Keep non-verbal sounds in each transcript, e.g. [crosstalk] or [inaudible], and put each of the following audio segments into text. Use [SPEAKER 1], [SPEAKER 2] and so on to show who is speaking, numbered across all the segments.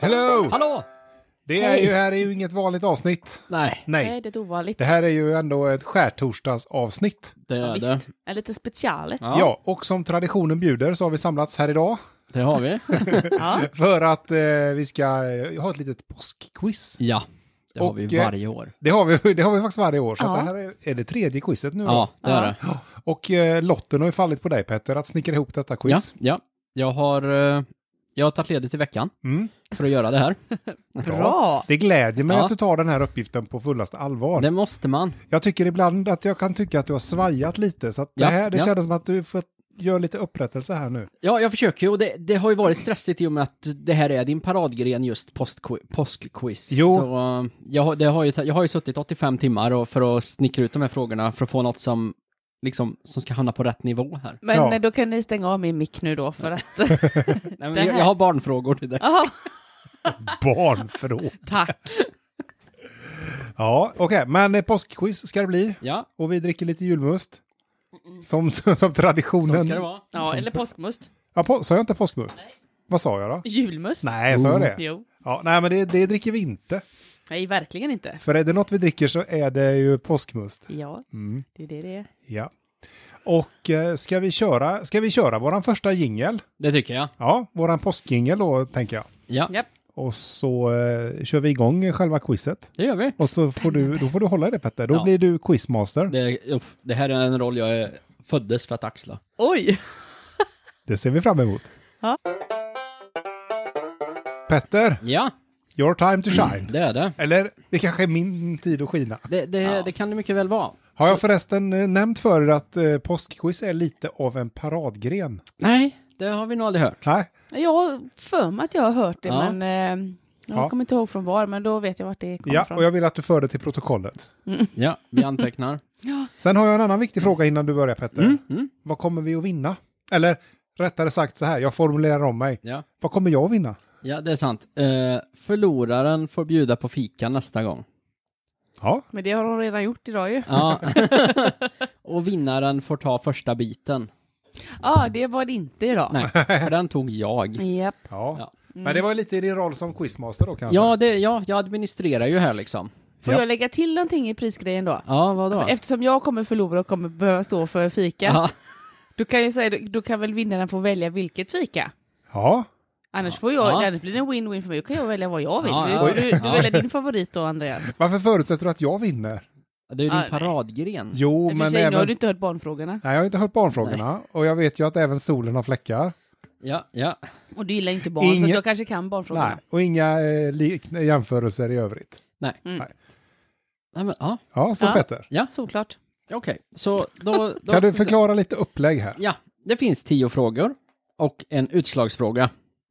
[SPEAKER 1] Hello!
[SPEAKER 2] Hallå!
[SPEAKER 1] Det är
[SPEAKER 3] Hej.
[SPEAKER 1] ju, här är ju inget vanligt avsnitt.
[SPEAKER 2] Nej,
[SPEAKER 3] Nej,
[SPEAKER 1] Nej,
[SPEAKER 3] det är ovanligt.
[SPEAKER 1] det här är ju ändå ett skärtorsdagsavsnitt.
[SPEAKER 2] det
[SPEAKER 3] ja,
[SPEAKER 2] är det.
[SPEAKER 3] visst. En liten special.
[SPEAKER 1] Ja. och som traditionen bjuder så har vi samlats här idag
[SPEAKER 2] Det har vi.
[SPEAKER 3] Ja.
[SPEAKER 1] för att eh, vi ska eh, ha ett litet påskquiz.
[SPEAKER 2] Ja, det har vi
[SPEAKER 1] Och, eh,
[SPEAKER 2] varje år.
[SPEAKER 1] Det har vi, [laughs] det har vi faktiskt varje år, så
[SPEAKER 3] Ja.
[SPEAKER 1] att det här är, är det tredje quizet nu.
[SPEAKER 2] Ja,
[SPEAKER 1] Då.
[SPEAKER 2] det är
[SPEAKER 3] Ja.
[SPEAKER 2] det.
[SPEAKER 1] Och eh, lotten har ju fallit på dig Petter, att snickra ihop detta
[SPEAKER 2] Ja,
[SPEAKER 1] quiz.
[SPEAKER 2] ja. Jag har, eh, jag har tagit ledigt i veckan
[SPEAKER 1] Mm.
[SPEAKER 2] för att göra det här.
[SPEAKER 3] Bra!
[SPEAKER 1] Det glädjer mig
[SPEAKER 2] Ja.
[SPEAKER 1] att du tar den här uppgiften på fullaste allvar.
[SPEAKER 2] Det måste man.
[SPEAKER 1] Jag tycker ibland att jag kan tycka att du har svajat lite, så att
[SPEAKER 2] Ja,
[SPEAKER 1] det, här, det
[SPEAKER 2] ja.
[SPEAKER 1] kändes som att du får göra lite upprättelse här nu.
[SPEAKER 2] Ja, jag försöker ju och det, det har ju varit stressigt i och med att det här är din paradgren just postqui- påskquiz.
[SPEAKER 1] Jo.
[SPEAKER 2] Så, eh, jag, har- det har ju, ta- jag har ju suttit 85 timmar och, för att snickra ut de här frågorna för att få något som, liksom, som ska hamna på rätt nivå här.
[SPEAKER 3] Men
[SPEAKER 1] Ja.
[SPEAKER 3] eh, då kan ni stänga av min mick nu då för att...
[SPEAKER 1] [laughs]
[SPEAKER 2] Nej, men
[SPEAKER 3] Det här-
[SPEAKER 2] jag, jag har barnfrågor till dig.
[SPEAKER 3] Ja,
[SPEAKER 1] Barnfrå.
[SPEAKER 3] tack!
[SPEAKER 1] [laughs] Ja, okej, men eh, påskquiz ska det bli.
[SPEAKER 2] Ja,
[SPEAKER 1] Och vi dricker lite julmust. Som, [laughs] som, som traditionen.
[SPEAKER 2] så ska det vara.
[SPEAKER 3] Ja, eller påskmust.
[SPEAKER 1] Ja, på, sa jag inte påskmust? Vad sa jag då?
[SPEAKER 3] Julmust.
[SPEAKER 1] Nej, sa jag det?
[SPEAKER 3] Jo.
[SPEAKER 1] Ja, nej, men det, det dricker vi inte.
[SPEAKER 3] Nej, verkligen inte.
[SPEAKER 1] För är det något vi dricker så är det ju påskmust.
[SPEAKER 3] Ja,
[SPEAKER 1] Mm.
[SPEAKER 3] det är det det är.
[SPEAKER 1] Ja. Och eh, ska vi köra, ska vi köra våran första jingel?
[SPEAKER 2] Det tycker jag.
[SPEAKER 1] Ja, våran påskjingel då, tänker jag.
[SPEAKER 2] Ja,
[SPEAKER 3] Japp.
[SPEAKER 1] Och så eh, kör vi igång själva quizet.
[SPEAKER 2] det gör vi.
[SPEAKER 1] Och så får du, då får du hålla i det Petter, då
[SPEAKER 2] Ja.
[SPEAKER 1] blir du quizmaster. Det.
[SPEAKER 2] Det, uff, det här är en roll jag är, föddes för att axla.
[SPEAKER 3] Oj!
[SPEAKER 1] ser vi fram emot.
[SPEAKER 3] Ja.
[SPEAKER 1] Petter,
[SPEAKER 2] Ja,
[SPEAKER 1] your time to shine.
[SPEAKER 2] det är det.
[SPEAKER 1] Eller det kanske är min tid att skina.
[SPEAKER 2] Det, det, det kan det mycket väl vara.
[SPEAKER 1] Har jag förresten eh, nämnt för er att eh, påskquiz är lite av en paradgren?
[SPEAKER 2] Nej, det har vi nog aldrig hört.
[SPEAKER 1] Nej,
[SPEAKER 3] Jag har för mig att jag har hört det,
[SPEAKER 2] Ja.
[SPEAKER 3] men eh, jag
[SPEAKER 1] Ja.
[SPEAKER 3] kommer inte ihåg från var, men då vet jag vart det kommer
[SPEAKER 1] ja,
[SPEAKER 3] ifrån.
[SPEAKER 1] och jag vill att du för det till protokollet.
[SPEAKER 2] Ja, vi antecknar.
[SPEAKER 1] Sen har jag en annan viktig fråga innan du börjar Petter.
[SPEAKER 2] Mm,
[SPEAKER 1] Vad kommer vi att vinna? Eller rättare sagt så här, jag formulerar om mig.
[SPEAKER 2] Ja,
[SPEAKER 1] Vad kommer jag att vinna?
[SPEAKER 2] ja det är sant. Eh, förloraren får bjuda på fika nästa gång.
[SPEAKER 1] Ja,
[SPEAKER 3] Men det har hon redan gjort idag ju. Ja,
[SPEAKER 2] Ja. [laughs] Och vinnaren får ta första biten.
[SPEAKER 3] det var det inte idag.
[SPEAKER 2] Nej, för den tog jag.
[SPEAKER 3] Japp.
[SPEAKER 1] ja.
[SPEAKER 2] Ja.
[SPEAKER 3] Mm.
[SPEAKER 1] Men det var lite i din roll som quizmaster då kanske?
[SPEAKER 2] Ja, det, ja, jag administrerar ju här liksom.
[SPEAKER 3] Får
[SPEAKER 1] Ja.
[SPEAKER 3] jag lägga till någonting i prisgrejen då?
[SPEAKER 2] Ja, vadå?
[SPEAKER 3] Eftersom jag kommer förlora och kommer behöva stå för fika,
[SPEAKER 2] Ja,
[SPEAKER 3] då kan jag säga, då kan väl vinnaren få välja vilket fika?
[SPEAKER 1] Ja,
[SPEAKER 3] Annars, får jag,
[SPEAKER 2] Ja.
[SPEAKER 3] annars blir det en win-win för mig, då kan jag välja vad jag vill.
[SPEAKER 2] Ja, ja.
[SPEAKER 3] Du, du, du
[SPEAKER 2] Ja.
[SPEAKER 3] väljer din favorit då Andreas.
[SPEAKER 1] varför förutsätter du att jag vinner?
[SPEAKER 2] det är ju
[SPEAKER 3] Ja, nej.
[SPEAKER 2] din paradgren.
[SPEAKER 1] Jo,
[SPEAKER 3] I och för
[SPEAKER 1] men
[SPEAKER 3] sig, nu har
[SPEAKER 1] även...
[SPEAKER 3] du inte hört barnfrågorna.
[SPEAKER 1] Nej, jag har inte hört barnfrågorna och jag vet ju att även solen har fläckar.
[SPEAKER 2] Ja, ja.
[SPEAKER 3] Och du gillar inte barn, så
[SPEAKER 1] Ingen-
[SPEAKER 3] att jag kanske kan barnfrågorna.
[SPEAKER 1] Nej, och inga eh, lik- jämförelser i övrigt.
[SPEAKER 2] Nej.
[SPEAKER 3] Mm.
[SPEAKER 1] Nej.
[SPEAKER 2] Nej, men, ja.
[SPEAKER 1] Ja, så
[SPEAKER 3] Ja.
[SPEAKER 1] Petter.
[SPEAKER 3] Såklart.
[SPEAKER 2] Okej, så då... då
[SPEAKER 1] Kan du förklara lite upplägg här?
[SPEAKER 2] Ja, det finns tio frågor och en utslagsfråga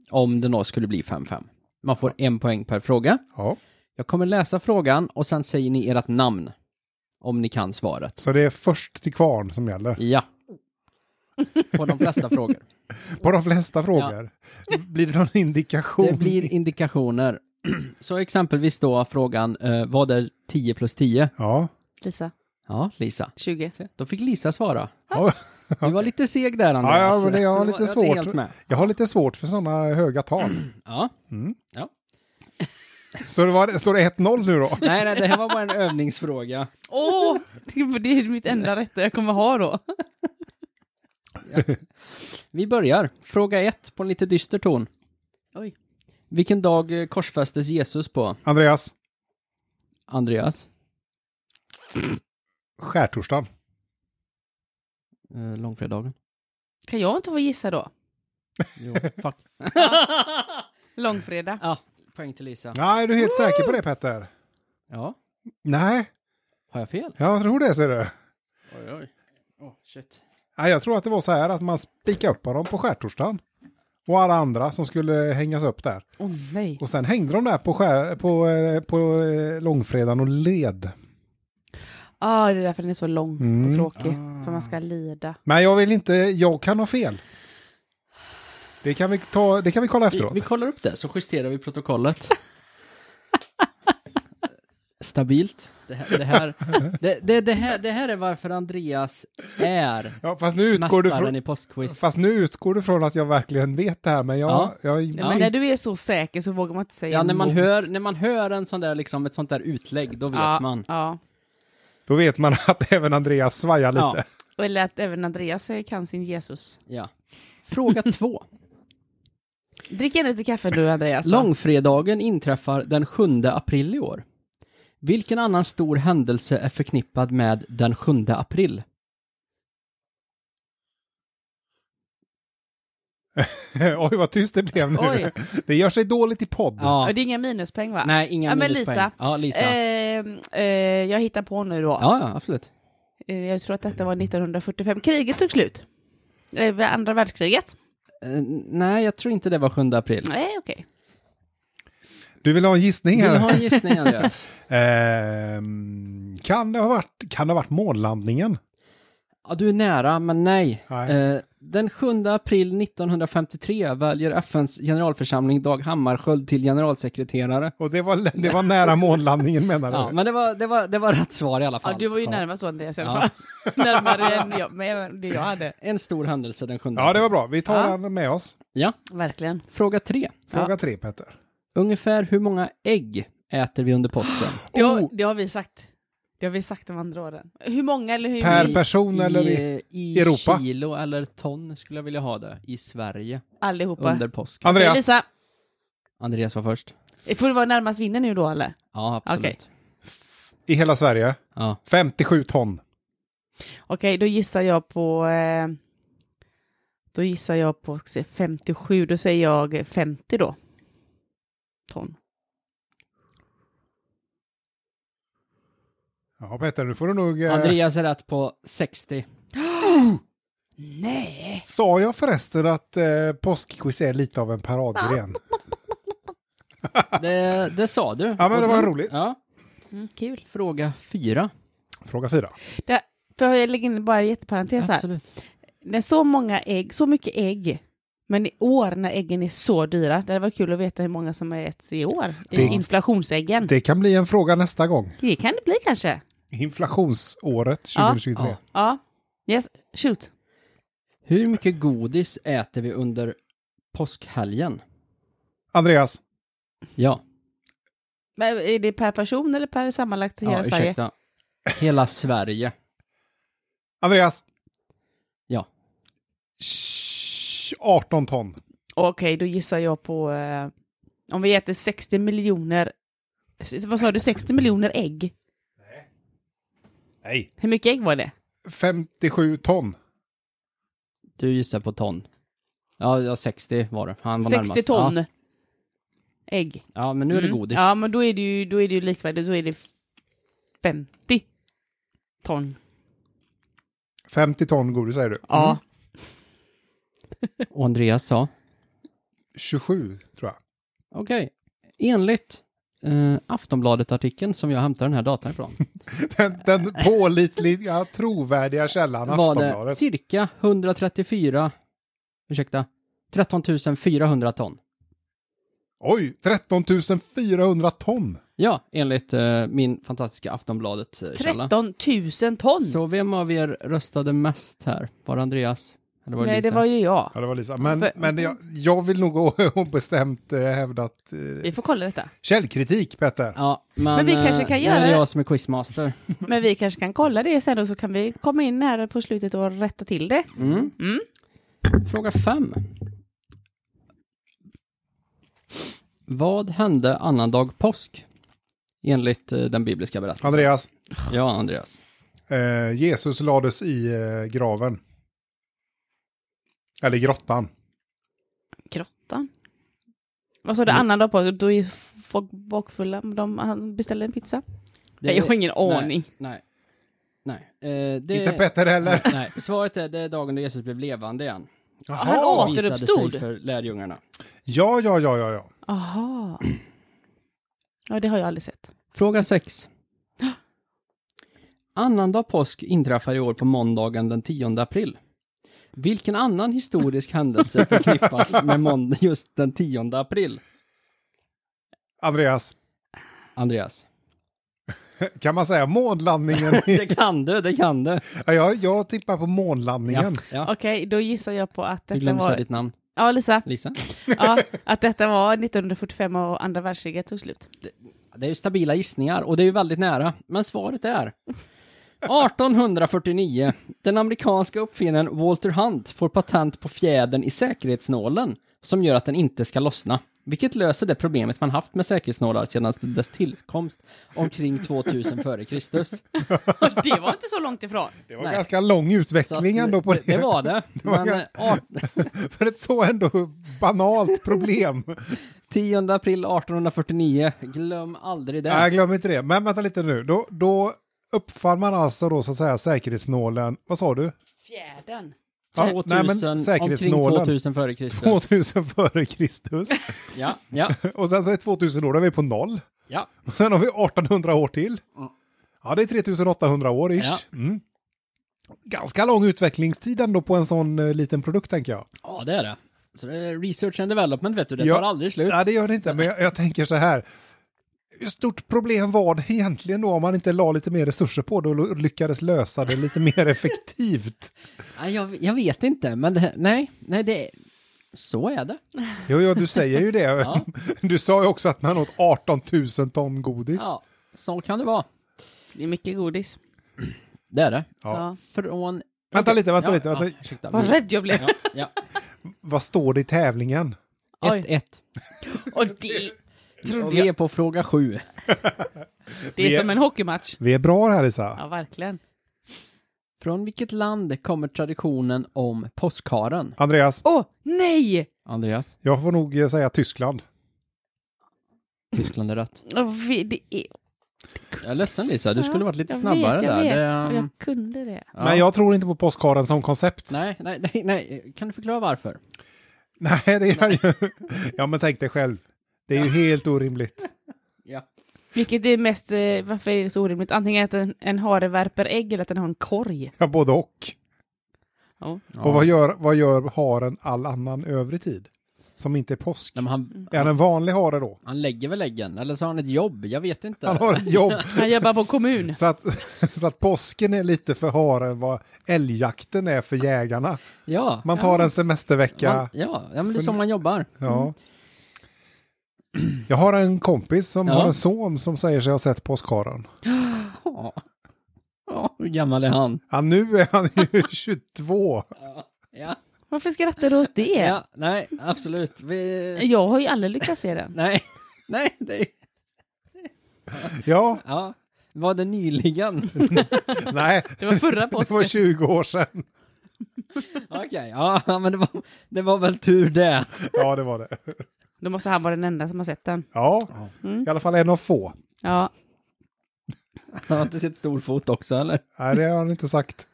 [SPEAKER 2] om det då skulle bli 5-5. Man får en poäng per fråga.
[SPEAKER 1] Ja.
[SPEAKER 2] Jag kommer läsa frågan och sen säger ni ert namn om ni kan svaret.
[SPEAKER 1] Så det är först till kvarn som gäller. [laughs]
[SPEAKER 2] Ja. På de flesta frågor.
[SPEAKER 1] På de flesta frågor. Blir det någon indikation?
[SPEAKER 2] Det blir indikationer. [clears throat] Så exempelvis då frågan, eh, vad är 10 plus 10?
[SPEAKER 1] Ja.
[SPEAKER 3] Lisa,
[SPEAKER 2] Ja, Lisa.
[SPEAKER 3] 20.
[SPEAKER 2] Då fick Lisa svara.
[SPEAKER 1] Ja.
[SPEAKER 2] Du var lite seg där, Andreas.
[SPEAKER 1] Ja, ja, men det- jag har
[SPEAKER 2] Du var
[SPEAKER 1] lite
[SPEAKER 2] inte
[SPEAKER 1] svårt.
[SPEAKER 2] helt med.
[SPEAKER 1] Jag har lite svårt för sådana höga tal.
[SPEAKER 2] Ja.
[SPEAKER 1] Så det var, står det 1-0 nu då?
[SPEAKER 2] Nej, nej, det här var bara en övningsfråga.
[SPEAKER 3] Åh! det- det är
[SPEAKER 2] [laughs]
[SPEAKER 3] mitt enda rätta jag kommer ha då.
[SPEAKER 2] Vi börjar. Fråga ett på en lite dyster ton.
[SPEAKER 3] Oj.
[SPEAKER 2] Vilken dag eh, korsfästes Jesus på?
[SPEAKER 1] Andreas,
[SPEAKER 2] Andreas?
[SPEAKER 1] skärtorsdagen.
[SPEAKER 2] Eh, långfredagen?
[SPEAKER 3] Kan jag inte få gissa då?
[SPEAKER 1] [laughs]
[SPEAKER 2] Jo, fuck.
[SPEAKER 3] Långfredag.
[SPEAKER 2] Ja, poäng till Lisa.
[SPEAKER 1] Nej, är du helt säker på det Petter?
[SPEAKER 2] Ja,
[SPEAKER 1] Nej,
[SPEAKER 2] har jag fel?
[SPEAKER 1] jag tror det ser du.
[SPEAKER 2] Oj, oj. Oh, shit.
[SPEAKER 1] Nej, jag tror att det var så här att man spikade upp dem på skärtorsdagen. Och alla andra som skulle hängas upp där.
[SPEAKER 3] Åh nej.
[SPEAKER 1] Och sen hängde de där på, skär, på, eh, på eh, långfredagen och led.
[SPEAKER 3] Ah, det är därför den är så lång
[SPEAKER 1] Mm.
[SPEAKER 3] och tråkig.
[SPEAKER 2] Ah.
[SPEAKER 3] För man ska lida.
[SPEAKER 1] Men jag vill inte, jag kan ha fel. Det kan vi, ta, det kan vi kolla
[SPEAKER 2] Vi,
[SPEAKER 1] efteråt. [laughs]
[SPEAKER 2] vi kollar upp det, så justerar vi protokollet. stabilt. Det här, det, här, det, det, det, här, det här är varför Andreas är
[SPEAKER 1] Ja, fast nu utgår du
[SPEAKER 2] mästaren
[SPEAKER 1] från...
[SPEAKER 2] i postquiz.
[SPEAKER 1] Fast nu utgår du från att jag verkligen vet det här, men jag...
[SPEAKER 2] Ja.
[SPEAKER 1] jag,
[SPEAKER 3] Nej, men när du är så säker så vågar man inte säga
[SPEAKER 2] Ja, när man,
[SPEAKER 3] emot.
[SPEAKER 2] hör, när man hör en sån där, liksom, ett sånt där utlägg, då vet
[SPEAKER 3] ja,
[SPEAKER 2] man.
[SPEAKER 3] Ja.
[SPEAKER 1] Då vet man att även Andreas svajar lite. [laughs]
[SPEAKER 2] Ja,
[SPEAKER 3] Eller att även Andreas eh, kan sin Jesus.
[SPEAKER 2] ja. [laughs] Fråga två.
[SPEAKER 3] Drick gärna lite kaffe du Andreas.
[SPEAKER 2] Långfredagen inträffar den 7 april i år. Vilken annan stor händelse är förknippad med den 7 april?
[SPEAKER 1] Oj, vad tyst det blev nu.
[SPEAKER 3] Oj.
[SPEAKER 1] Det gör sig dåligt i podd.
[SPEAKER 2] Ja.
[SPEAKER 3] Och det är inga minuspoäng va?
[SPEAKER 2] Nej, inga
[SPEAKER 3] Ja, men
[SPEAKER 2] minuspoäng.
[SPEAKER 3] Lisa.
[SPEAKER 2] Ja, Lisa.
[SPEAKER 3] Ehm, eh, jag hittar på nu då.
[SPEAKER 2] Ja, ja, absolut.
[SPEAKER 3] Eh, Jag tror att detta var 1945. Kriget tog slut. Eh, Andra världskriget.
[SPEAKER 2] Eh, nej, jag tror inte det var 7 april.
[SPEAKER 3] Nej, okej.
[SPEAKER 1] Du vill ha en gissning
[SPEAKER 2] Vill
[SPEAKER 1] här?
[SPEAKER 2] du
[SPEAKER 3] [laughs]
[SPEAKER 2] ha en gissning, Andreas?
[SPEAKER 1] Ehm, kan, det ha varit, kan det ha varit månlandningen?
[SPEAKER 2] Ja, du är nära, men nej.
[SPEAKER 1] Nej.
[SPEAKER 2] Eh, den 7 april 1953 väljer FNs generalförsamling Dag Hammarskjöld till generalsekreterare.
[SPEAKER 1] Och det var, det var nära månlandningen menar du?
[SPEAKER 2] Ja, men det var, det, var, det var rätt svar i alla fall.
[SPEAKER 3] Ja, du var ju
[SPEAKER 2] Ja.
[SPEAKER 3] närmast då Andreas i alla
[SPEAKER 2] Ja.
[SPEAKER 3] fall. [laughs] Närmare än jag, mer än det jag hade.
[SPEAKER 2] En stor händelse den 7
[SPEAKER 1] Ja, det var bra. Vi tar
[SPEAKER 3] Ja.
[SPEAKER 1] den med oss.
[SPEAKER 2] Ja.
[SPEAKER 3] Verkligen.
[SPEAKER 2] Fråga tre.
[SPEAKER 1] Fråga tre, Petter.
[SPEAKER 2] Ungefär hur många ägg äter vi under påsken?
[SPEAKER 1] [gasps]
[SPEAKER 3] Det har,
[SPEAKER 1] Oh!
[SPEAKER 3] det har vi sagt. Det har vi sagt de andra åren. Hur många eller hur?
[SPEAKER 1] Per person eller i...
[SPEAKER 2] I, i
[SPEAKER 1] Europa?
[SPEAKER 2] kilo eller ton skulle jag vilja ha det. I Sverige
[SPEAKER 3] Allihopa.
[SPEAKER 2] under påsken.
[SPEAKER 3] Andreas.
[SPEAKER 1] Andreas,
[SPEAKER 3] Lisa,
[SPEAKER 2] Andreas var först.
[SPEAKER 3] får du vara närmast vinner nu då eller?
[SPEAKER 2] Ja, absolut.
[SPEAKER 1] i hela Sverige,
[SPEAKER 2] Ja.
[SPEAKER 1] 57 ton.
[SPEAKER 3] Okej, då gissar jag på... Eh, då gissar jag på ska se, 57, då säger jag 50 då. Ton.
[SPEAKER 1] Ja, Petter, nu får du nog... Eh,
[SPEAKER 2] Andreas är rätt på
[SPEAKER 1] [laughs]
[SPEAKER 2] 60.
[SPEAKER 3] Nej!
[SPEAKER 1] Sa jag förresten att eh, påskquiz är lite av en paradgren?
[SPEAKER 2] Det, det sa du.
[SPEAKER 1] Ja, men det var
[SPEAKER 2] Okej.
[SPEAKER 1] roligt.
[SPEAKER 2] Ja.
[SPEAKER 3] Mm, kul.
[SPEAKER 2] Fråga fyra.
[SPEAKER 1] Fråga fyra.
[SPEAKER 3] Det, för jag lägger in bara en jätteparentes här.
[SPEAKER 2] Absolut.
[SPEAKER 3] När så många ägg, så mycket ägg, men i år när äggen är så dyra, det var kul att veta hur många som har ätits i år, i
[SPEAKER 1] Det-
[SPEAKER 3] inflationsäggen. Det,
[SPEAKER 1] Det kan bli en fråga nästa gång.
[SPEAKER 3] kan det bli kanske.
[SPEAKER 1] Inflationsåret
[SPEAKER 3] Ja.
[SPEAKER 1] 2023.
[SPEAKER 2] Ja.
[SPEAKER 3] Ja. Yes, shoot.
[SPEAKER 2] Hur mycket godis äter vi under påskhelgen?
[SPEAKER 1] Andreas,
[SPEAKER 2] Ja,
[SPEAKER 3] Men är det per person eller per sammanlagt i hela
[SPEAKER 2] ja
[SPEAKER 3] Sverige?
[SPEAKER 2] ursäkta. Hela Sverige.
[SPEAKER 1] Andreas.
[SPEAKER 2] Ja.
[SPEAKER 1] Sh- 18 ton.
[SPEAKER 3] Okej, då gissar jag på... Eh, om vi äter 60 miljoner... s- Vad sa du? 60 miljoner ägg?
[SPEAKER 1] Nej.
[SPEAKER 3] Hur mycket ägg var det?
[SPEAKER 1] 57 ton.
[SPEAKER 2] Du gissar på ton. Ja, ja 60 var det. Han var
[SPEAKER 3] 60
[SPEAKER 2] närmast.
[SPEAKER 3] ton
[SPEAKER 2] Ja,
[SPEAKER 3] ägg.
[SPEAKER 2] ja men nu är det
[SPEAKER 3] Mm.
[SPEAKER 2] godis.
[SPEAKER 3] Ja, men då är det ju, då är det ju likvärdigt. Då är det 50 ton.
[SPEAKER 1] 50 ton godis säger du.
[SPEAKER 3] Ja.
[SPEAKER 2] Mm. Och Andreas sa.
[SPEAKER 1] 27 tror jag.
[SPEAKER 2] Okej. Enligt eh, Aftonbladet-artikeln som jag hämtar den här datan ifrån.
[SPEAKER 1] Den, den pålitliga, trovärdiga källan
[SPEAKER 2] var det
[SPEAKER 1] Aftonbladet.
[SPEAKER 2] cirka 134, ursäkta, 13 400 ton.
[SPEAKER 1] Oj, 13 400 ton.
[SPEAKER 2] Ja, enligt eh, min fantastiska Aftonbladet-källa.
[SPEAKER 3] 13 000 ton!
[SPEAKER 2] Så vem av er röstade mest här? Var det Andreas? Eller var det
[SPEAKER 3] Nej,
[SPEAKER 2] Lisa?
[SPEAKER 3] det var ju jag.
[SPEAKER 1] Ja, det var Lisa. Men,
[SPEAKER 3] För-
[SPEAKER 1] men jag, jag vill nog å- [laughs] bestämt eh, hävda att... Eh,
[SPEAKER 3] Vi får kolla detta.
[SPEAKER 1] källkritik, Petter.
[SPEAKER 2] Ja, men,
[SPEAKER 3] Men vi
[SPEAKER 2] eh,
[SPEAKER 3] kanske kan
[SPEAKER 2] det
[SPEAKER 3] göra
[SPEAKER 2] är
[SPEAKER 3] det.
[SPEAKER 2] jag som är quizmaster.
[SPEAKER 3] Men vi kanske kan kolla det sen och så kan vi komma in här på slutet och rätta till det.
[SPEAKER 2] Mm.
[SPEAKER 3] Mm.
[SPEAKER 2] Fråga fem. Vad hände annandag påsk? Enligt eh, den bibliska berättelsen.
[SPEAKER 1] Andreas,
[SPEAKER 2] Ja, Andreas.
[SPEAKER 1] eh, Jesus lades i eh, graven. Eller grottan.
[SPEAKER 3] Grottan. Vad sa du, annan dag på? Då är folk bakfulla. De, han beställde en pizza.
[SPEAKER 2] Det-
[SPEAKER 3] jag har ingen aning.
[SPEAKER 2] Nej. Nej. nej. Eh, det...
[SPEAKER 1] Inte Petter heller.
[SPEAKER 2] Nej, nej. svaret är det är dagen då Jesus blev levande igen.
[SPEAKER 3] Han
[SPEAKER 1] Jaha.
[SPEAKER 3] åt-
[SPEAKER 2] Visade
[SPEAKER 3] Återuppstod.
[SPEAKER 2] sig för lärjungarna.
[SPEAKER 1] Ja, ja, ja, ja, ja.
[SPEAKER 3] Aha. [clears throat] Ja, det har jag aldrig sett.
[SPEAKER 2] Fråga [gasps] 6. Annandag påsk inträffar i år på måndagen den 10 april. Vilken annan historisk händelse [laughs] förknippas med månd- just den 10 april?
[SPEAKER 1] Andreas,
[SPEAKER 2] Andreas.
[SPEAKER 1] Kan man säga [laughs] månlandningen?
[SPEAKER 2] Det kan du, det kan du.
[SPEAKER 1] ja, jag, jag tippar på månlandningen.
[SPEAKER 2] ja.
[SPEAKER 3] Okej, då gissar jag på att
[SPEAKER 2] Du
[SPEAKER 3] detta
[SPEAKER 2] glömde säga
[SPEAKER 3] var...
[SPEAKER 2] ditt namn. [laughs]
[SPEAKER 3] Ja, Lisa.
[SPEAKER 2] Lisa?
[SPEAKER 3] Ja, att detta var 1945 och andra världskriget tog slut.
[SPEAKER 2] Det är ju stabila gissningar och det är ju väldigt nära. Men svaret är 1849. Den amerikanska uppfinnaren Walter Hunt får patent på fjädern i säkerhetsnålen som gör att den inte ska lossna. Vilket löser det problemet man haft med säkerhetsnålar sedan dess tillkomst omkring 2000 före Kristus.
[SPEAKER 3] Och [laughs] det var inte så långt ifrån.
[SPEAKER 1] Det var
[SPEAKER 2] Nej.
[SPEAKER 1] ganska lång
[SPEAKER 2] Så att,
[SPEAKER 1] utveckling ändå på det.
[SPEAKER 2] Det var det.
[SPEAKER 1] var
[SPEAKER 2] Men
[SPEAKER 1] jag-
[SPEAKER 2] eh, art-
[SPEAKER 1] För ett så ändå banalt [laughs] problem.
[SPEAKER 2] 10 april 1849, glöm aldrig det.
[SPEAKER 1] Nej, glöm inte det. Men vänta lite nu. Då, då uppfann man alltså då så att säga säkerhetsnålen. Vad sa du?
[SPEAKER 3] Fjärden.
[SPEAKER 1] Ja,
[SPEAKER 2] 2000,
[SPEAKER 1] nej, men
[SPEAKER 2] omkring
[SPEAKER 1] säkerhetsnålen.
[SPEAKER 2] 2000 före Kristus.
[SPEAKER 1] 2000 före [laughs] Kristus.
[SPEAKER 2] Ja, ja,
[SPEAKER 1] Och sen så är 2000 år, då är vi på noll.
[SPEAKER 2] ja.
[SPEAKER 1] Och sen har vi 1800 år till. Ja, det är 3800 år ish.
[SPEAKER 2] Ja.
[SPEAKER 1] Mm. Ganska lång utvecklingstid ändå på en sån eh, liten produkt tänker jag.
[SPEAKER 2] Ja, det är det. Så det är research and development, vet du. Det
[SPEAKER 1] Ja.
[SPEAKER 2] tar aldrig slut.
[SPEAKER 1] Nej, det gör det inte, men jag, jag tänker så här. Hur stort problem var det egentligen då om man inte la lite mer resurser på det och lyckades lösa det lite mer [laughs] effektivt?
[SPEAKER 2] Nej, jag, jag vet inte, men det, här- nej, nej, det är... Så är det.
[SPEAKER 1] Jo, ja, du säger ju det.
[SPEAKER 2] Ja.
[SPEAKER 1] [laughs] Du sa ju också att man åt 18 000 ton godis.
[SPEAKER 2] Ja, så kan det vara.
[SPEAKER 3] Det är mycket godis.
[SPEAKER 2] Det är det.
[SPEAKER 1] Ja.
[SPEAKER 3] Ja.
[SPEAKER 2] Från...
[SPEAKER 1] Vänta lite, vänta
[SPEAKER 2] ja,
[SPEAKER 1] lite. Vänta.
[SPEAKER 2] Ja, ursäkta.
[SPEAKER 3] Vad rädd jag blev.
[SPEAKER 2] Ja, ja.
[SPEAKER 1] Vad står det i tävlingen?
[SPEAKER 2] Ett,
[SPEAKER 3] Oj.
[SPEAKER 2] ett.
[SPEAKER 3] [laughs] Och det
[SPEAKER 2] Och
[SPEAKER 3] trodde
[SPEAKER 2] vi
[SPEAKER 3] jag.
[SPEAKER 2] är på fråga sju.
[SPEAKER 3] Det är som en hockeymatch.
[SPEAKER 1] Vi är bra här, Lisa.
[SPEAKER 3] Ja, verkligen.
[SPEAKER 2] Från vilket land kommer traditionen om påskharen?
[SPEAKER 1] Andreas,
[SPEAKER 3] Åh, nej!
[SPEAKER 2] Andreas,
[SPEAKER 1] jag får nog eh, säga Tyskland.
[SPEAKER 2] Tyskland är rätt.
[SPEAKER 3] Och vi, det är...
[SPEAKER 2] Jag är ledsen Lisa, du skulle varit lite
[SPEAKER 3] jag
[SPEAKER 2] snabbare
[SPEAKER 3] vet, jag
[SPEAKER 2] där.
[SPEAKER 3] Vet,
[SPEAKER 2] Det,
[SPEAKER 3] och
[SPEAKER 2] ehm,
[SPEAKER 3] Jag kunde det.
[SPEAKER 2] ja.
[SPEAKER 1] Men jag tror inte på påskharen som koncept.
[SPEAKER 2] Nej, nej, nej, nej, kan du förklara varför?
[SPEAKER 1] Nej, [laughs] det gör jag ju. Ja, men tänk dig själv. Det är ju helt orimligt.
[SPEAKER 2] Ja.
[SPEAKER 3] Vilket är mest, eh, varför är det så orimligt? Antingen att en, en hare värper ägg eller att den har en korg.
[SPEAKER 1] Ja, både och.
[SPEAKER 3] Ja.
[SPEAKER 1] Och vad gör, vad gör haren all annan övrig tid? Som inte är påsk.
[SPEAKER 2] Nej, men han,
[SPEAKER 1] Är han en vanlig hare då?
[SPEAKER 2] han lägger väl äggen, eller så har han ett jobb, jag vet inte.
[SPEAKER 1] Han har ett
[SPEAKER 2] [laughs]
[SPEAKER 1] jobb.
[SPEAKER 3] Han jobbar på kommun.
[SPEAKER 1] Så att, så att påsken är lite för haren vad älgjakten är för jägarna.
[SPEAKER 2] Ja.
[SPEAKER 1] Man tar
[SPEAKER 2] ja.
[SPEAKER 1] en semestervecka.
[SPEAKER 2] Man, ja, ja, men det är så man jobbar.
[SPEAKER 1] Ja. Jag har en kompis som
[SPEAKER 2] Ja.
[SPEAKER 1] har en son som säger sig ha sett påskharen.
[SPEAKER 2] Ja. Ja, hur gammal är han?
[SPEAKER 1] Ja, nu är han
[SPEAKER 2] [laughs]
[SPEAKER 1] ju 22.
[SPEAKER 2] Ja.
[SPEAKER 3] Varför skrattar du åt det?
[SPEAKER 2] ja, nej, absolut. Vi...
[SPEAKER 3] Jag har ju aldrig lyckats se den.
[SPEAKER 2] Nej, [laughs] nej, det är...
[SPEAKER 1] Ja,
[SPEAKER 2] Ja. Var det nyligen?
[SPEAKER 1] nej,
[SPEAKER 3] Det var förra
[SPEAKER 1] det var
[SPEAKER 3] påsken.
[SPEAKER 1] 20 år sedan.
[SPEAKER 2] Okej, ja, men det var, det var väl tur det.
[SPEAKER 1] Ja, det var det.
[SPEAKER 3] Då måste han vara den enda som har sett den.
[SPEAKER 1] Ja, i alla fall en av få.
[SPEAKER 3] Ja.
[SPEAKER 2] Han har inte sett storfot också, eller?
[SPEAKER 1] Nej, det har han inte sagt.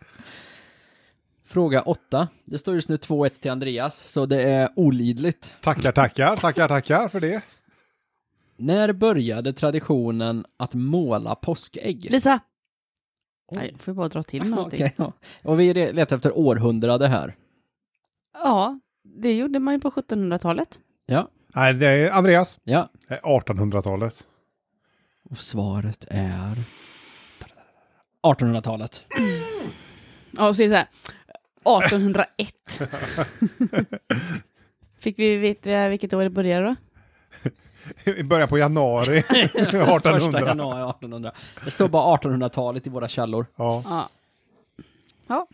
[SPEAKER 2] Fråga 8. Det står just nu 2-1 till Andreas, så det är olidligt.
[SPEAKER 1] Tackar, tackar, tackar, tackar för det.
[SPEAKER 2] När började traditionen att måla påskägg?
[SPEAKER 3] Lisa! Nej, jag får ju bara dra till med någonting.
[SPEAKER 2] Okej, ja. Och vi re- letar efter århundrade här.
[SPEAKER 3] Ja, det gjorde man ju på 1700-talet.
[SPEAKER 2] Ja,
[SPEAKER 1] Nej, det är Andreas.
[SPEAKER 2] ja.
[SPEAKER 1] Det är 1800-talet.
[SPEAKER 2] Och svaret är... 1800-talet.
[SPEAKER 3] Ja, och så är det så här. 1801. [laughs] Fick vi veta vilket år det började då?
[SPEAKER 1] I början på januari [laughs] 1800.
[SPEAKER 2] [laughs] Första januari 1800. Det står bara 1800-talet i våra källor.
[SPEAKER 1] Ja.
[SPEAKER 3] Ja. Ja,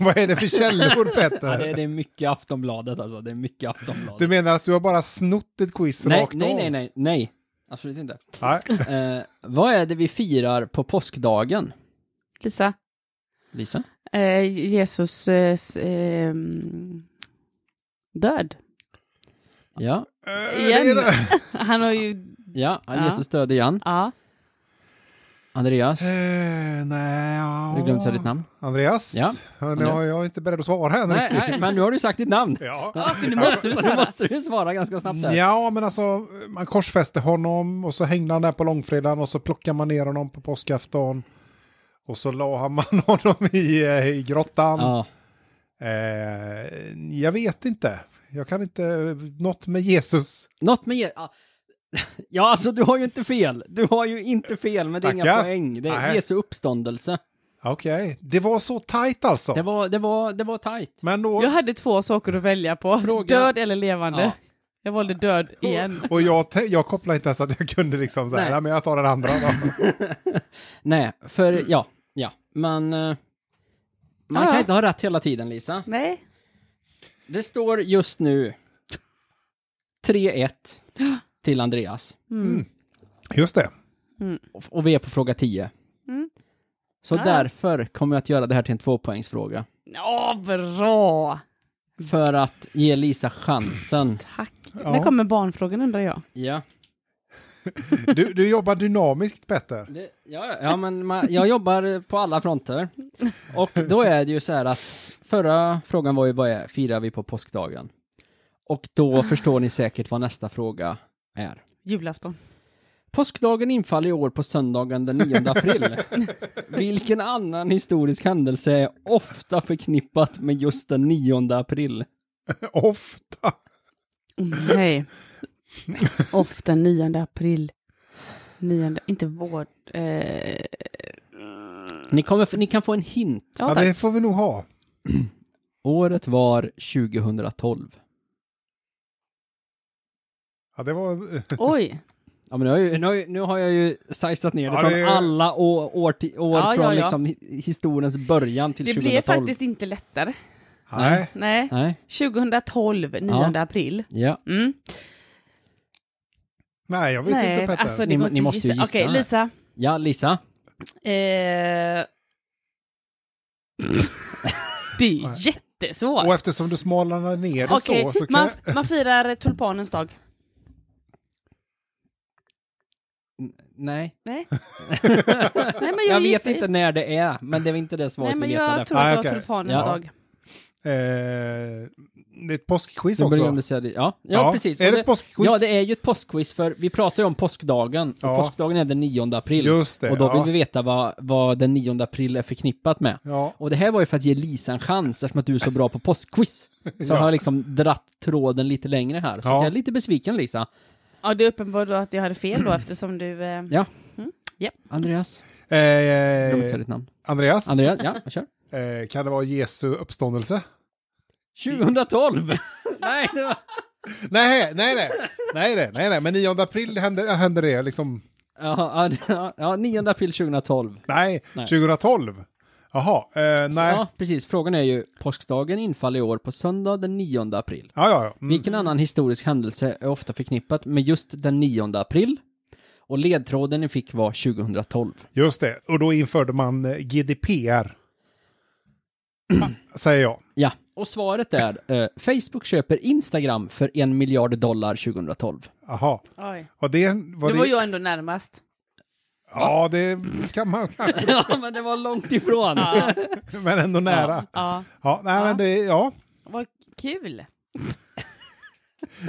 [SPEAKER 1] Vad är det för källor,
[SPEAKER 2] Ja, det,
[SPEAKER 1] Petter?
[SPEAKER 2] är- det är mycket Aftonbladet alltså. Det är mycket Aftonbladet.
[SPEAKER 1] Du menar att du har bara snott ett quiz
[SPEAKER 2] nej,
[SPEAKER 1] rakt
[SPEAKER 2] nej,
[SPEAKER 1] av?
[SPEAKER 2] nej, nej, nej. Absolut inte. [laughs]
[SPEAKER 1] nej.
[SPEAKER 2] Eh, vad är det vi firar på påskdagen?
[SPEAKER 3] Lisa.
[SPEAKER 2] Lisa?
[SPEAKER 3] Eh, Jesus eh, s- ehm, död.
[SPEAKER 2] Ja,
[SPEAKER 1] Eh, det är
[SPEAKER 3] Igen.
[SPEAKER 1] det.
[SPEAKER 3] Han har ju...
[SPEAKER 2] ja,
[SPEAKER 3] Ja.
[SPEAKER 2] Jesus död igen.
[SPEAKER 3] Ja.
[SPEAKER 2] Andreas,
[SPEAKER 1] Eh, nej, ja.
[SPEAKER 2] har du glömt säga ditt namn?
[SPEAKER 1] Andreas?
[SPEAKER 2] Ja.
[SPEAKER 1] Ja, nu har jag är inte beredd att svara än
[SPEAKER 2] Nej,
[SPEAKER 1] riktigt.
[SPEAKER 2] nej, men nu har du sagt ditt namn.
[SPEAKER 1] Ja.
[SPEAKER 3] Så nu
[SPEAKER 2] [laughs] Så nu måste du svara ganska snabbt där.
[SPEAKER 1] ja, men alltså man korsfäste honom och så hängde han där på långfredagen och så plockade man ner honom på påskafton. Och så la man [laughs] honom i, eh, i grottan.
[SPEAKER 2] Ja,
[SPEAKER 1] Eh, jag vet inte. Jag kan inte, något med Jesus.
[SPEAKER 2] något med... Ja. [laughs] Ja, alltså du har ju inte fel. Du har ju inte fel, men det är inga
[SPEAKER 1] Tackar.
[SPEAKER 2] poäng. Det är
[SPEAKER 1] Nej.
[SPEAKER 2] Jesu uppståndelse.
[SPEAKER 1] Okej, det var så tajt alltså.
[SPEAKER 2] Det var, det var, det var tajt.
[SPEAKER 1] Men då,
[SPEAKER 3] Jag hade två saker att välja på.
[SPEAKER 2] Fråga.
[SPEAKER 3] Död eller levande.
[SPEAKER 2] Ja.
[SPEAKER 3] Jag valde död igen.
[SPEAKER 1] och jag, te- jag kopplade inte ens att jag kunde liksom så här,
[SPEAKER 2] Nej.
[SPEAKER 1] "Nej, men jag tar den andra då.
[SPEAKER 2] [laughs] Nej, för ja, ja, men... eh, Man
[SPEAKER 3] Ja,
[SPEAKER 2] kan
[SPEAKER 3] ja.
[SPEAKER 2] inte ha rätt hela tiden, Lisa.
[SPEAKER 3] Nej.
[SPEAKER 2] Det står just nu 3-1 [gasps] till Andreas.
[SPEAKER 3] Mm.
[SPEAKER 1] Just det.
[SPEAKER 2] Och- Och vi är på fråga 10.
[SPEAKER 3] Mm.
[SPEAKER 2] Så
[SPEAKER 3] Ah.
[SPEAKER 2] därför kommer jag att göra det här till en tvåpoängsfråga.
[SPEAKER 3] Ja, bra!
[SPEAKER 2] För att ge Lisa chansen.
[SPEAKER 3] Tack.
[SPEAKER 1] Ja.
[SPEAKER 3] När kommer barnfrågan undrar jag.
[SPEAKER 2] Ja,
[SPEAKER 1] Du, du jobbar dynamiskt Petter.
[SPEAKER 2] det, ja, ja men man, jag jobbar på alla fronter. Och då är det ju så här att förra frågan var ju vad är, firar vi på påskdagen? Och då förstår ni säkert vad nästa fråga är.
[SPEAKER 3] Julafton.
[SPEAKER 2] Påskdagen infaller i år på söndagen den 9 april. Vilken annan historisk händelse är ofta förknippat med just den 9 april?
[SPEAKER 1] Ofta.
[SPEAKER 3] Oh, nej. Ofta 9 april. 9, inte vår... Eh,
[SPEAKER 2] Ni, kommer, f- ni kan få en hint.
[SPEAKER 1] Ja, det får vi nog ha.
[SPEAKER 2] Året var 2012.
[SPEAKER 1] Ja, det var... [laughs]
[SPEAKER 3] oj.
[SPEAKER 2] Ja, men nu, har jag ju, nu, har jag, nu har jag ju sizat ner det
[SPEAKER 1] Ja,
[SPEAKER 2] från
[SPEAKER 1] det är ju-
[SPEAKER 2] alla år, år, till, år
[SPEAKER 3] Ja, ja,
[SPEAKER 2] från
[SPEAKER 3] ja.
[SPEAKER 2] Liksom, hi- historiens början till
[SPEAKER 3] Det
[SPEAKER 2] 2012.
[SPEAKER 3] blev faktiskt inte lättare.
[SPEAKER 1] Nej.
[SPEAKER 3] Nej.
[SPEAKER 2] Nej,
[SPEAKER 3] 2012, 9 april.
[SPEAKER 2] ja.
[SPEAKER 3] Mm.
[SPEAKER 1] Nej, jag vet inte
[SPEAKER 3] Nej,
[SPEAKER 1] Petter.
[SPEAKER 3] alltså
[SPEAKER 2] Ni-
[SPEAKER 3] det går
[SPEAKER 2] ni
[SPEAKER 3] inte
[SPEAKER 2] måste
[SPEAKER 3] att
[SPEAKER 2] ju
[SPEAKER 3] gissa.
[SPEAKER 2] gissa
[SPEAKER 3] Okej,
[SPEAKER 2] här.
[SPEAKER 3] Lisa.
[SPEAKER 2] Ja, Lisa.
[SPEAKER 3] Eh... det är ju
[SPEAKER 1] Nej.
[SPEAKER 3] jättesvårt.
[SPEAKER 1] Och eftersom du smalnade ner det
[SPEAKER 3] Okej,
[SPEAKER 1] så, så kan
[SPEAKER 3] man,
[SPEAKER 1] jag...
[SPEAKER 3] man firar tulpanens dag.
[SPEAKER 2] [laughs] Nej.
[SPEAKER 1] [laughs]
[SPEAKER 3] Nej. Nej, men jag,
[SPEAKER 2] Jag, vet
[SPEAKER 3] gissar-
[SPEAKER 2] inte när det är, men det är väl inte det svaret
[SPEAKER 3] Nej, men
[SPEAKER 2] vi letar
[SPEAKER 3] jag
[SPEAKER 2] efter.
[SPEAKER 3] tror att
[SPEAKER 1] Nej,
[SPEAKER 3] det
[SPEAKER 1] Ah, okej.
[SPEAKER 3] var tulpanens
[SPEAKER 2] Ja.
[SPEAKER 3] dag.
[SPEAKER 1] Eh, det är ett påskquiz
[SPEAKER 2] Nu börjar
[SPEAKER 1] också.
[SPEAKER 2] de säga det. Ja, ja, precis. Och
[SPEAKER 1] Är det ett påskquiz?
[SPEAKER 2] Ja, det är ju ett påskquiz, för vi pratar ju om påskdagen.
[SPEAKER 1] Ja.
[SPEAKER 2] Och påskdagen är den 9 april.
[SPEAKER 1] Just det,
[SPEAKER 2] och då vill
[SPEAKER 1] ja.
[SPEAKER 2] vi veta vad, vad den 9 april är förknippat med.
[SPEAKER 1] Ja.
[SPEAKER 2] Och det här var ju för att ge Lisa en chans, eftersom att du är så bra på påskquiz. Så
[SPEAKER 1] Ja.
[SPEAKER 2] har jag liksom dratt tråden lite längre här. Så
[SPEAKER 1] Ja.
[SPEAKER 2] jag är lite besviken, Lisa.
[SPEAKER 3] Ja, det är uppenbart då att jag hade fel då
[SPEAKER 1] Mm.
[SPEAKER 3] eftersom du... Eh...
[SPEAKER 2] Ja.
[SPEAKER 3] Mm. Ja.
[SPEAKER 2] Andreas, jag vill inte säga
[SPEAKER 1] Eh,
[SPEAKER 2] ditt namn.
[SPEAKER 1] Andreas,
[SPEAKER 2] Andreas, ja, kör.
[SPEAKER 1] eh, kan det vara Jesu uppståndelse?
[SPEAKER 2] 2012! [laughs] Nej, det var...
[SPEAKER 1] Nej, nej, nej, nej, nej, nej, nej. men 9 april hände, hände det liksom.
[SPEAKER 2] Ja, ja, ja, 9 april 2012.
[SPEAKER 1] Nej,
[SPEAKER 2] Nej.
[SPEAKER 1] 2012. Jaha, eh,
[SPEAKER 2] Så,
[SPEAKER 1] nej.
[SPEAKER 2] ja, precis. Frågan är ju, påskdagen infaller i år på söndag den 9 april.
[SPEAKER 1] Ja, ja, ja. Mm.
[SPEAKER 2] Vilken annan historisk händelse är ofta förknippat med just den 9 april? Och ledtråden ni fick var 2012.
[SPEAKER 1] Just det, och då införde man eh, GDPR. Ah, Säger jag.
[SPEAKER 2] Ja, och svaret är eh, Facebook köper Instagram för en miljard dollar 2012.
[SPEAKER 1] Jaha,
[SPEAKER 3] Oj.
[SPEAKER 1] och det var
[SPEAKER 3] Då
[SPEAKER 1] det...
[SPEAKER 3] var jag ändå närmast.
[SPEAKER 1] Ja, det kan man kanske,
[SPEAKER 2] ja, men det var långt ifrån.
[SPEAKER 3] Ja,
[SPEAKER 1] men ändå nära.
[SPEAKER 3] ja.
[SPEAKER 1] Ja, nej, men det, ja.
[SPEAKER 3] Vad kul.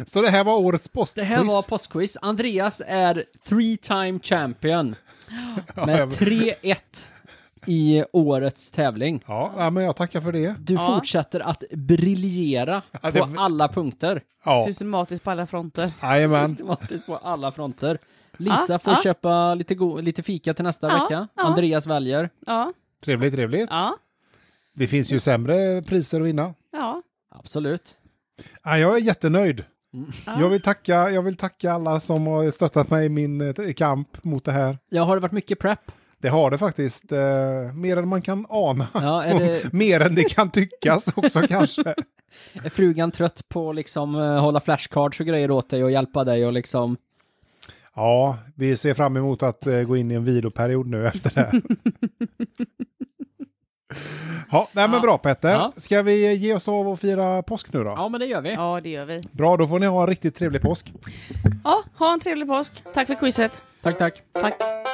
[SPEAKER 1] Så det här var årets post.
[SPEAKER 2] Det här var postquiz. Andreas är three time champion med 3-1 i årets tävling.
[SPEAKER 1] Ja, nej, men jag tackar för det.
[SPEAKER 2] Du
[SPEAKER 3] Ja.
[SPEAKER 2] fortsätter att briljera
[SPEAKER 1] Ja, det-
[SPEAKER 2] på alla punkter.
[SPEAKER 1] Ja,
[SPEAKER 3] Systematiskt på alla fronter.
[SPEAKER 1] jajamän.
[SPEAKER 2] Systematiskt på alla fronter. Lisa
[SPEAKER 3] Ja,
[SPEAKER 2] får
[SPEAKER 3] ja.
[SPEAKER 2] köpa lite, go- lite fika till nästa
[SPEAKER 3] Ja,
[SPEAKER 2] vecka.
[SPEAKER 3] ja.
[SPEAKER 2] Andreas väljer.
[SPEAKER 3] Ja,
[SPEAKER 1] Trevligt, trevligt.
[SPEAKER 3] ja,
[SPEAKER 1] Det finns ju sämre priser att vinna.
[SPEAKER 3] ja.
[SPEAKER 2] Absolut.
[SPEAKER 1] Ja, jag är jättenöjd.
[SPEAKER 2] Mm.
[SPEAKER 3] Ja.
[SPEAKER 1] Jag, vill tacka, jag vill tacka alla som har stöttat mig i min eh, kamp mot det här.
[SPEAKER 2] Ja, har det varit mycket prep?
[SPEAKER 1] Det har det faktiskt. Eh, mer än man kan ana.
[SPEAKER 2] Ja, är,
[SPEAKER 1] [laughs]
[SPEAKER 2] det,
[SPEAKER 1] mer än det kan tyckas
[SPEAKER 2] [laughs]
[SPEAKER 1] också kanske.
[SPEAKER 2] är frugan trött på att liksom eh, hålla flashcards och grejer åt dig och hjälpa dig och liksom...
[SPEAKER 1] Ja, vi ser fram emot att eh, gå in i en viloperiod nu efter det
[SPEAKER 2] [laughs]
[SPEAKER 1] här. Ja, nej, men
[SPEAKER 3] Ja.
[SPEAKER 1] bra Petter.
[SPEAKER 2] Ja.
[SPEAKER 1] Ska vi ge oss av och fira påsk nu då?
[SPEAKER 2] Ja, men det gör vi.
[SPEAKER 3] Ja, det gör vi.
[SPEAKER 1] Bra, då får ni ha en riktigt trevlig påsk.
[SPEAKER 3] Ja, ha en trevlig påsk. Tack för quizet.
[SPEAKER 2] Tack, tack.
[SPEAKER 3] Tack.